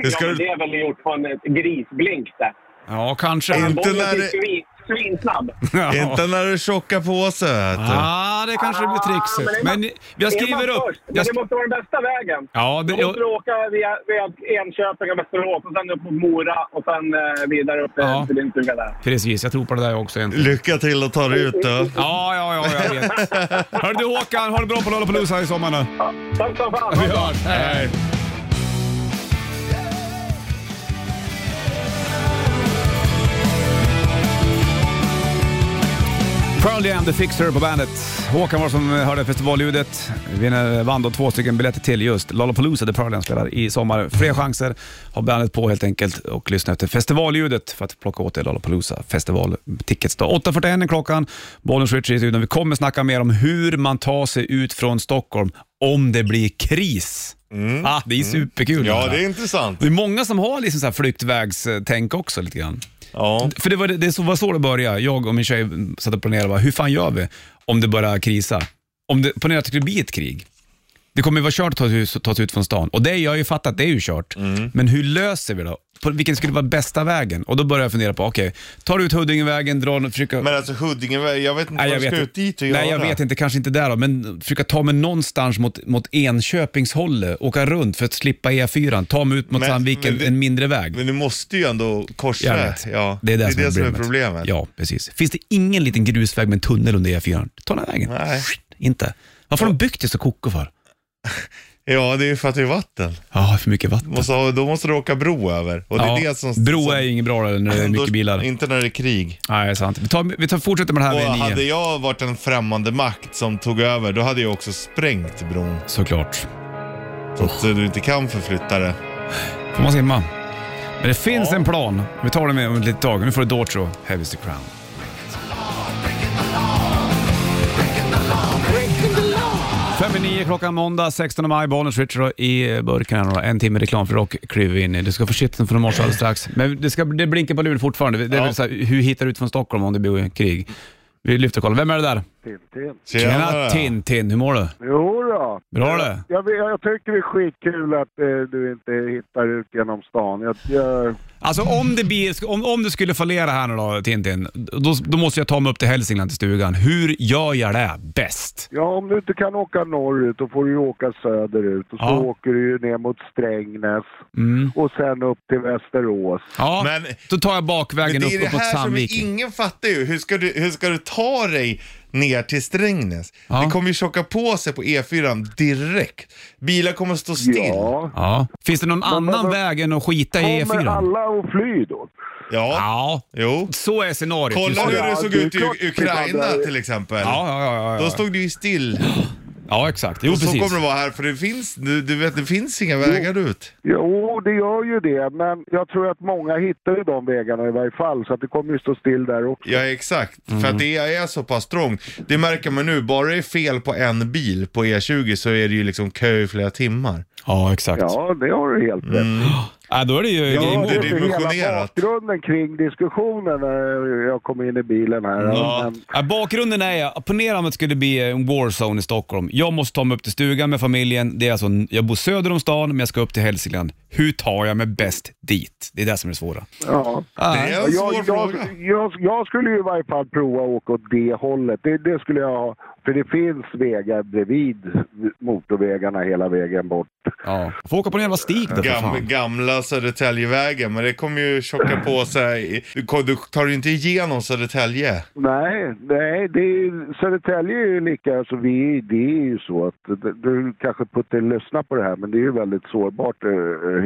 Det ska Ja, men du... det är väl gjort på en eh, ett grisblink där. ja kanske. Inte Bollen när är det- svin- svinsnabb. *laughs* Ja. Inte när det är tjocka påsar. vet du. Ja, det kanske blir trixigt. Men jag skriver upp. Men Jag det sk- måste vara den bästa vägen. Ja, det- det, måste du åka via, via Enköping och Västerås och sen upp mot Mora och sen eh, vidare upp Ja. eh, till din stuga där. Precis, jag tror på det där också egentligen. Lycka till att ta dig ut då. Ja, ja, ja, jag vet. Hör du Håkan, ha det bra på Lollapalooza i sommar nu. Tack som fan! Vi hörs, hej! Pearl Jam, The Fixer på bandet. Håkan var som hörde festivalljudet. Vinner, vann då två stycken biljetter till just Lollapalooza där Pearl Jam spelar i sommar. Fler chanser har bandet på helt enkelt och lyssna efter festivalljudet för att plocka åt er Lollapalooza festivaltickets. då. 8.41 är klockan, Bollens Richie i studion. Vi kommer snacka mer om hur man tar sig ut från Stockholm om det blir kris. Ah, det är superkul. Mm. Ja, här. det är intressant. Det är många som har liksom så här flyktvägstänk också lite grann. Ja. För det var, det så- var så det började. Jag och min tjej satt och planerade, bara, hur fan gör vi om det börjar krisa? Om det, ponera att det skulle bli ett krig. Det kommer ju vara kört att ta sig ut- ta sig ut från stan. Och det jag har ju fattat, det är ju kört. Mm. Men hur löser vi det då? På vilken skulle vara bästa vägen? Och då började jag fundera på, okej, tar du ut Huddingevägen, drar och försöker... Men alltså Huddinge, jag vet inte Nej, vad jag du vet ska ut inte. dit och Nej, göra. jag vet inte. Kanske inte där då, men försöka ta mig någonstans mot, mot Enköpingshållet, åka runt för att slippa E4, ta mig ut mot Men- Sandviken, men det- en mindre väg. Men du måste ju ändå korsa. Jag vet. Ja. Det är det, som, är problemet. Ja, precis. Finns det ingen liten grusväg med en tunnel under E4? Ta den här vägen. Nej. Skit, Inte. Varför har de byggt det så koko för? Ja, det är ju för att det är vatten. Ja, för mycket vatten. Måste, ha- då måste du åka bro över. Och det är ja, det som... bro som, är ju inget bra när *laughs* det är mycket bilar. Inte när det är krig. Nej, det är sant. Vi, tar, vi tar, fortsätter med det här Och vid hade nio. jag varit en främmande makt som tog över, då hade jag också sprängt bron. Såklart. Så att Oh. du inte kan förflytta det. Får man simma? Men det finns en plan. Vi tar den med om ett litet tag. Nu får du Daughtry Heavy is the crown. Fem i nio klockan måndag 16 maj, Bollnäs Richard i burken. här då. En timme reklam för rock kliver vi in i. Du ska få shiten från morse alldeles strax. Men det, ska, det blinkar på luren fortfarande. Det är Ja. väl så här, hur hittar du ut från Stockholm om det blir krig? Vi lyfter och kollar. Vem är det där? Tjena Tintin, hur mår du? Jo då. Bra det. Jag, vet- jag tycker det är skitkul att eh, du inte hittar ut genom stan. Jag, jag, Alltså om det, blir, om, om det skulle fallera här nu då Tintin, då, då måste jag ta mig upp till Hälsingland till stugan. Hur gör jag det bäst? ja, om du inte kan åka norrut då får du ju åka söderut och så Ja. åker du ju ner mot Strängnäs Mm. och sen upp till Västerås. Ja, Men- då tar jag Men bakvägen det upp är det uppåt här som Sandviken. ingen fattar ju. Hur ska du, hur ska du ta dig ner till Strängnäs? Ja. Det kommer ju tjocka på sig på E4 direkt. Bilar kommer att stå still. Ja. Ja. Finns det någon annan väg än att skita i Kommer E4? alla att fly då? Ja. Ja, Jo. så är scenariot. Kolla just nu. hur det Ja, såg det är ut i klart. Ukraina till exempel. Ja, ja, ja, ja, Då ja. stod det ju still. ja exakt. Jo, Och så precis. kommer det vara här för det finns, du, du vet, det finns inga vägar ut. Jo, det gör ju det, men jag tror att många hittar ju de vägarna i varje fall så att det kommer ju stå still där också. Ja exakt, för Mm. att det är så pass trångt. Det märker man nu, bara det är fel på en bil på E20 så är det ju liksom kö i flera timmar. Ja, exakt. Ja. Ja, det har du helt rätt då är Mm, det ju game Ja, over. det är hela dimensionerat. bakgrunden kring diskussionen när jag kom in i bilen här. Ja. Men, Ja, bakgrunden är, jag- ponera om att det skulle bli en warzone i Stockholm. Jag måste ta mig upp till stugan med familjen. Det är alltså, jag bor söder om stan, men jag ska upp till Hälsingland. Hur tar jag mig bäst dit? Det är det som är det svåra. ja. Det är en svår Jag, jag, fråga. jag, jag skulle ju i varje fall prova att åka åt det hållet. Det, det skulle jag ha. För det finns vägar bredvid motorvägarna hela vägen bort. Ja. Får åka på en jävla stig där för Gam, fan. gamla Södertäljevägen, men det kommer ju tjocka på sig. i- Du, ko- du tar ju inte igenom Södertälje. Nej, nej det är, ju- Södertälje är ju lika... Alltså vi, det är ju så att... Du, du kanske Putte lyssnar på det här, men det är ju väldigt sårbart eh,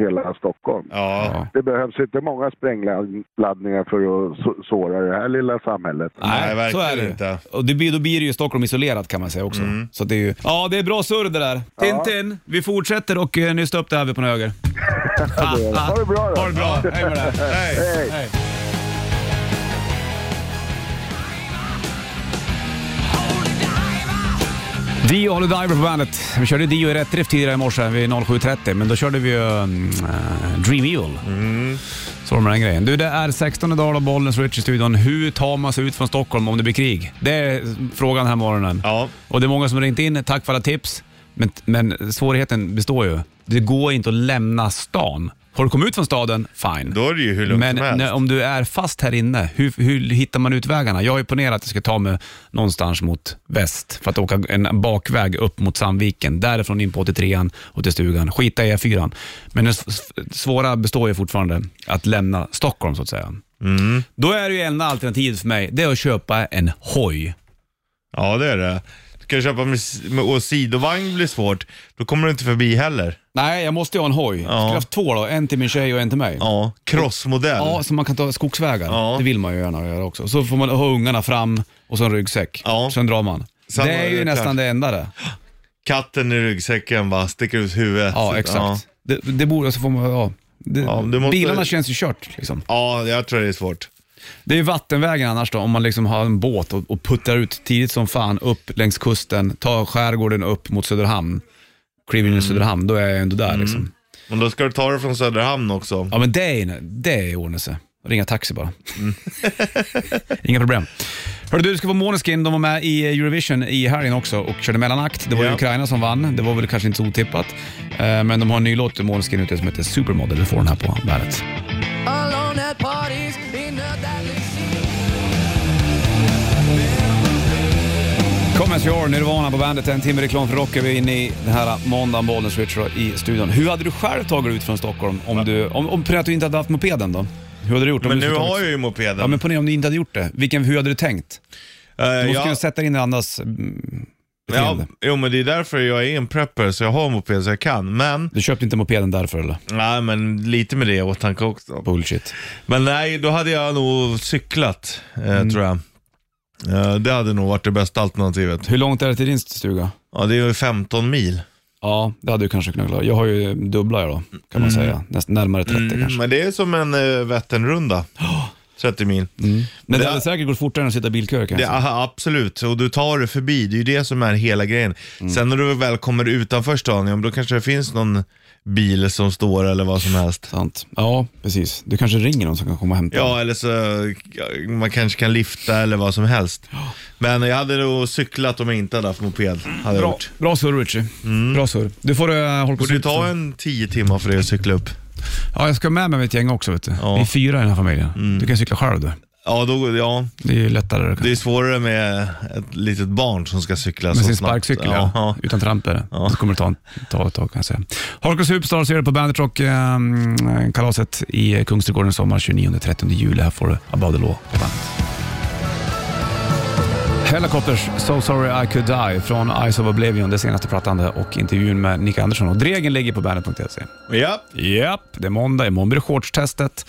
hela Stockholm. Ja. Det behövs inte många sprängladdningar för att så- såra det här lilla samhället. Nej, så verkligen är det ju. inte. Och det blir, då blir det ju Stockholm isolerat kan man säga också. Så det är ju, ja, det är bra surr det där. Tintin, vi fortsätter och eh, nysta upp det här vi på den höger. Ha det bra då! Ha det bra, hej med dig. Nej. Hej. Dio Holy Diver på bandet. Vi körde Dio i rätt drift tidigare i morse vid 07.30, men då körde vi ju mm, äh, Dream Evil. Så var det med den grejen. Du, det är 16 dagar av Bollnäs Rich i studion. Hur tar man sig ut från Stockholm om det blir krig? Det är frågan den här morgonen. Ja. Och det är många som har ringt in. Tack för alla tips. Men, men svårigheten består ju. Det går inte att lämna stan. Har du kommit ut från staden, fine. Då är det ju hur lugnt Men som helst. när, om du är fast här inne, hur, hur hittar man ut vägarna? Jag har ju ponerat att jag ska ta mig någonstans mot väst för att åka en bakväg upp mot Sandviken. Därifrån in på 83an och till stugan. Skita i E4an. Men det s- s- svåra består ju fortfarande att lämna Stockholm så att säga. Mm. Då är det ju enda alternativet för mig, det är att köpa en hoj. Ja, det är det. Du kan köpa med, med, och sidovagn blir svårt. Då kommer du inte förbi heller. Nej, jag måste ju ha en hoj. Jag skulle haft två då, en till min tjej och en till mig. Ja, crossmodell. Ja, så man kan ta skogsvägar. Ja. Det vill man ju gärna göra också. Så får man ha ungarna fram och så en ryggsäck. Sen drar man. Sen det var är det ju klart. nästan det enda det. Katten i ryggsäcken bara sticker ut huvudet. Ja, exakt. Det, det borde, så får man, ja. Det, Ja, men du måste- Bilarna känns ju kört liksom. Ja, jag tror det är svårt. Det är ju vattenvägen annars då, om man liksom har en båt och, och puttar ut tidigt som fan upp längs kusten, tar skärgården upp mot Söderhamn, kliver Mm. in i Söderhamn, då är jag ändå där liksom. Men då ska du ta det från Söderhamn också. Ja men det är, det är ordnelse. Ringa taxi bara. Mm. *laughs* Inga problem. Hörru du, det ska vara Måneskin. De var med i Eurovision i helgen också och körde mellanakt. Det var Ja. Ukraina som vann. Det var väl kanske inte så otippat. Eh, Men de har en ny låt, Måneskin, ute som heter Supermodel. Du får den här på bandet. Alone at parties in a deadly Come as you are, Nirvana på bandet. En timme reklam för rock är vi inne i den här måndagen, bollen switcher i studion. Hur hade du själv tagit dig ut från Stockholm om du, om, om ponera att du inte hade haft mopeden då? Hur hade du gjort? Om Men du nu skulle har tagit- jag ju mopeden. Ja men ponera om du inte hade gjort det. Vilken, hur hade du tänkt? Eh, Du måste jag- kunna sätta in andras mm, ja, beteende. jo, men det är därför jag är en prepper, så jag har moped så jag kan. Men, Du köpte inte mopeden därför eller? nej, men lite med det i åtanke också. Bullshit. Men nej, då hade jag nog cyklat, eh, tror jag. Eh, det hade nog varit det bästa alternativet. Hur långt är det till din stuga? Ja, det är ju 15 mil. Ja, det hade du kanske kunnat klara. Jag har ju dubbla jag då, kan Mm. man säga. Näst, närmare 30 kanske. Men det är som en eh, Vätternrunda. 30 mil. Men det Det- hade säkert gått fortare än att sitta i bilköer Det, kanske. aha, absolut, och du tar det förbi. Det är ju det som är hela grejen. Sen när du väl kommer utanför stan, ja, men då kanske det finns någon bil som står eller vad som helst. Sant. Ja, precis. Du kanske ringer någon som kan komma och hämta Ja, eller så ja, man kanske kan lifta eller vad som helst. Men jag hade nog cyklat om jag inte hade haft moped. Hade jag Bra, gjort. bra surr Richie. Bra surr. Du får uh, hålla på Borde det snuten. Mm. ta en 10 timmar för dig att cykla upp? Ja, jag ska med mig mitt gäng också vet du. Ja. Vi är fyra i den här familjen. Du kan cykla själv du. Ja, då, ja, Det är ju lättare. Det det är svårare med ett litet barn som ska cykla så Med sin snabbt. sparkcykel ja. ja. ja. Utan tramp är det. Så kommer det ta, en- ta ett tag kan jag säga. Harkos Superstars gör det på Bandit Rock eh, kalaset i Kungsträdgården i sommar 29-30 juli. Här får du Above the Law på bandet. Helicopters So Sorry I Could Die från Eyes of Oblivion, det senaste pratande och intervjun med Nick Andersson. Och Dregen ligger på bandet.se. Ja, Japp, det är måndag. Imorgon blir det shortstestet.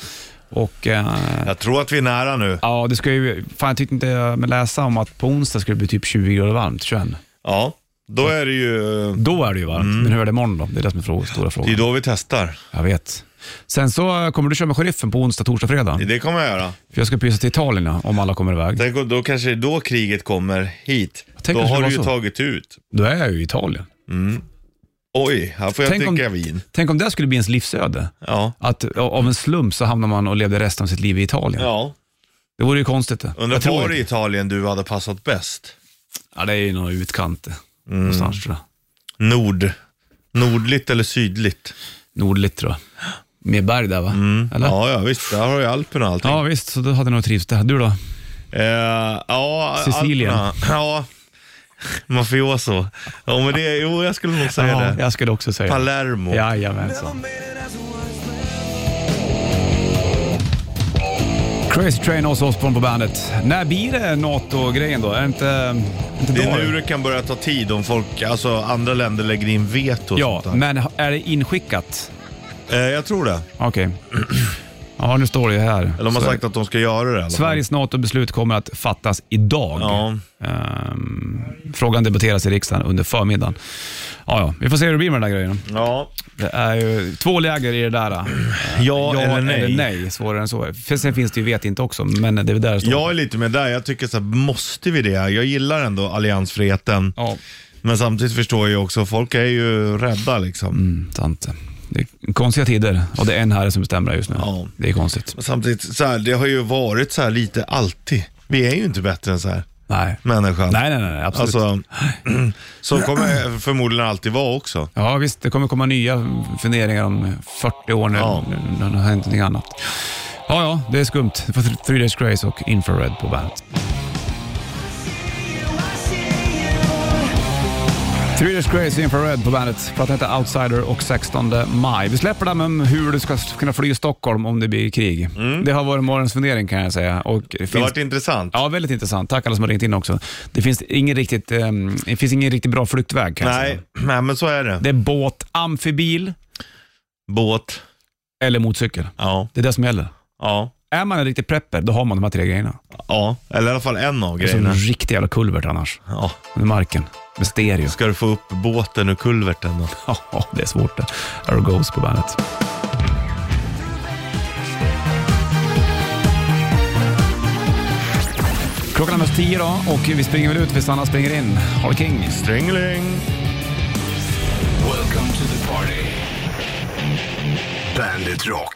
Och, eh, jag tror att vi är nära nu. ja, det ska ju, fan, jag tyckte inte jag med läsa om att på onsdag ska det bli typ 20 grader varmt, 21. Ja, då är det ju... Då är det ju varmt, Mm. men hur är det imorgon då? Det är det som är fråga, stora Det är frågan. då vi testar. Jag vet. Sen så eh, kommer du köra med sheriffen på onsdag, torsdag, fredag. Det kommer jag göra. För jag ska pysa till Italien ja, om alla kommer iväg. Tänk om- då kanske det är då kriget kommer hit. tänker Då att det har var du ju så. tagit ut. Då är jag ju i Italien. Oj, här får jag Tänk om- dricka vin. Tänk om det skulle bli ens livsöde. Ja. Att a- av en slump så hamnar man och levde resten av sitt liv i Italien. ja. Det vore ju konstigt det. Jag Undrar tror var det. i Italien du hade passat bäst? Ja, det är ju någon utkant det. Mm. någonstans tror jag. Nord. Nordligt eller sydligt? Nordligt tror jag. Med berg där va? Eller? Mm. Ja, ja visst. Där har du Alperna och allting. Ja, visst, så då hade jag nog trivts där. Du då? Eh, ja, Sicilien. Alperna. Ja. *laughs* Mafioso. Ja, men det, jo, jag skulle nog säga det. jag skulle också säga Palermo. Jajamensan. Crazy Train och Osbourne på bandet. När blir det NATO-grejen då? Är det inte... inte Det då? är nu det kan börja ta tid om folk, alltså andra länder lägger in veto och Ja, sånt där. men är det inskickat? Eh, jag tror det. Okej. *clears throat* Ja, nu står det ju här. Eller de har Sver- sagt att de ska göra det i alla fall. Sveriges NATO-beslut kommer att fattas idag. Ja. Ehm, frågan debatteras i riksdagen under förmiddagen. Ja, ja. Vi får se hur det blir med den där grejen. Ja. Det är ju två läger i det där. eh, Ja eller nej. Svårare än så. För sen finns det ju vet inte också, men det är väl där det står. Jag är lite med där. Jag tycker så här, måste vi det? Jag gillar ändå alliansfriheten. Ja. Men samtidigt förstår jag också, folk är ju rädda liksom. Mm, sant. Det är konstiga tider och det är en herre som bestämmer det just nu. Ja. Det är konstigt. Men samtidigt, så här, det har ju varit så här lite alltid. Vi är ju inte bättre än så här. Nej. människan. Nej, nej, nej, nej, absolut. Alltså, *clears throat* så kommer jag förmodligen alltid vara också. Ja, visst. Det kommer komma nya funderingar om 40 år nu. Ja. Det har hänt någonting annat. Ja, ja, det är skumt. Det var Three Days Grace och Infrared på bandet. Three Days Grace Infrared på bandet. Plattan heter Outsider och 16 maj. Vi släpper den om hur du ska kunna fly i Stockholm om det blir krig. Det har varit morgons fundering kan jag säga. Och det Mm. Det har finns- varit intressant. Ja, väldigt intressant. Tack alla som har ringt in också. Det finns ingen riktigt, ehm, det finns ingen riktigt bra flyktväg kan jag Nej, säga. nej, men så är det. Det är båt, amfibil Båt. eller motorcykel. Ja. Det är det som gäller. Ja. Är man en riktig prepper, då har man de här tre grejerna. Ja, eller i alla fall en av Det är som en grejerna. riktig jävla kulvert annars. Ja. Med marken, med stereo. Ska du få upp båten ur kulverten då? *laughs* Ja, det är svårt det. Arrow Goes på bandet. Klockan är nästan tio då och vi springer väl ut för Sanna springer in. Håll king. Strängling. Welcome to the party. Bandit Rock.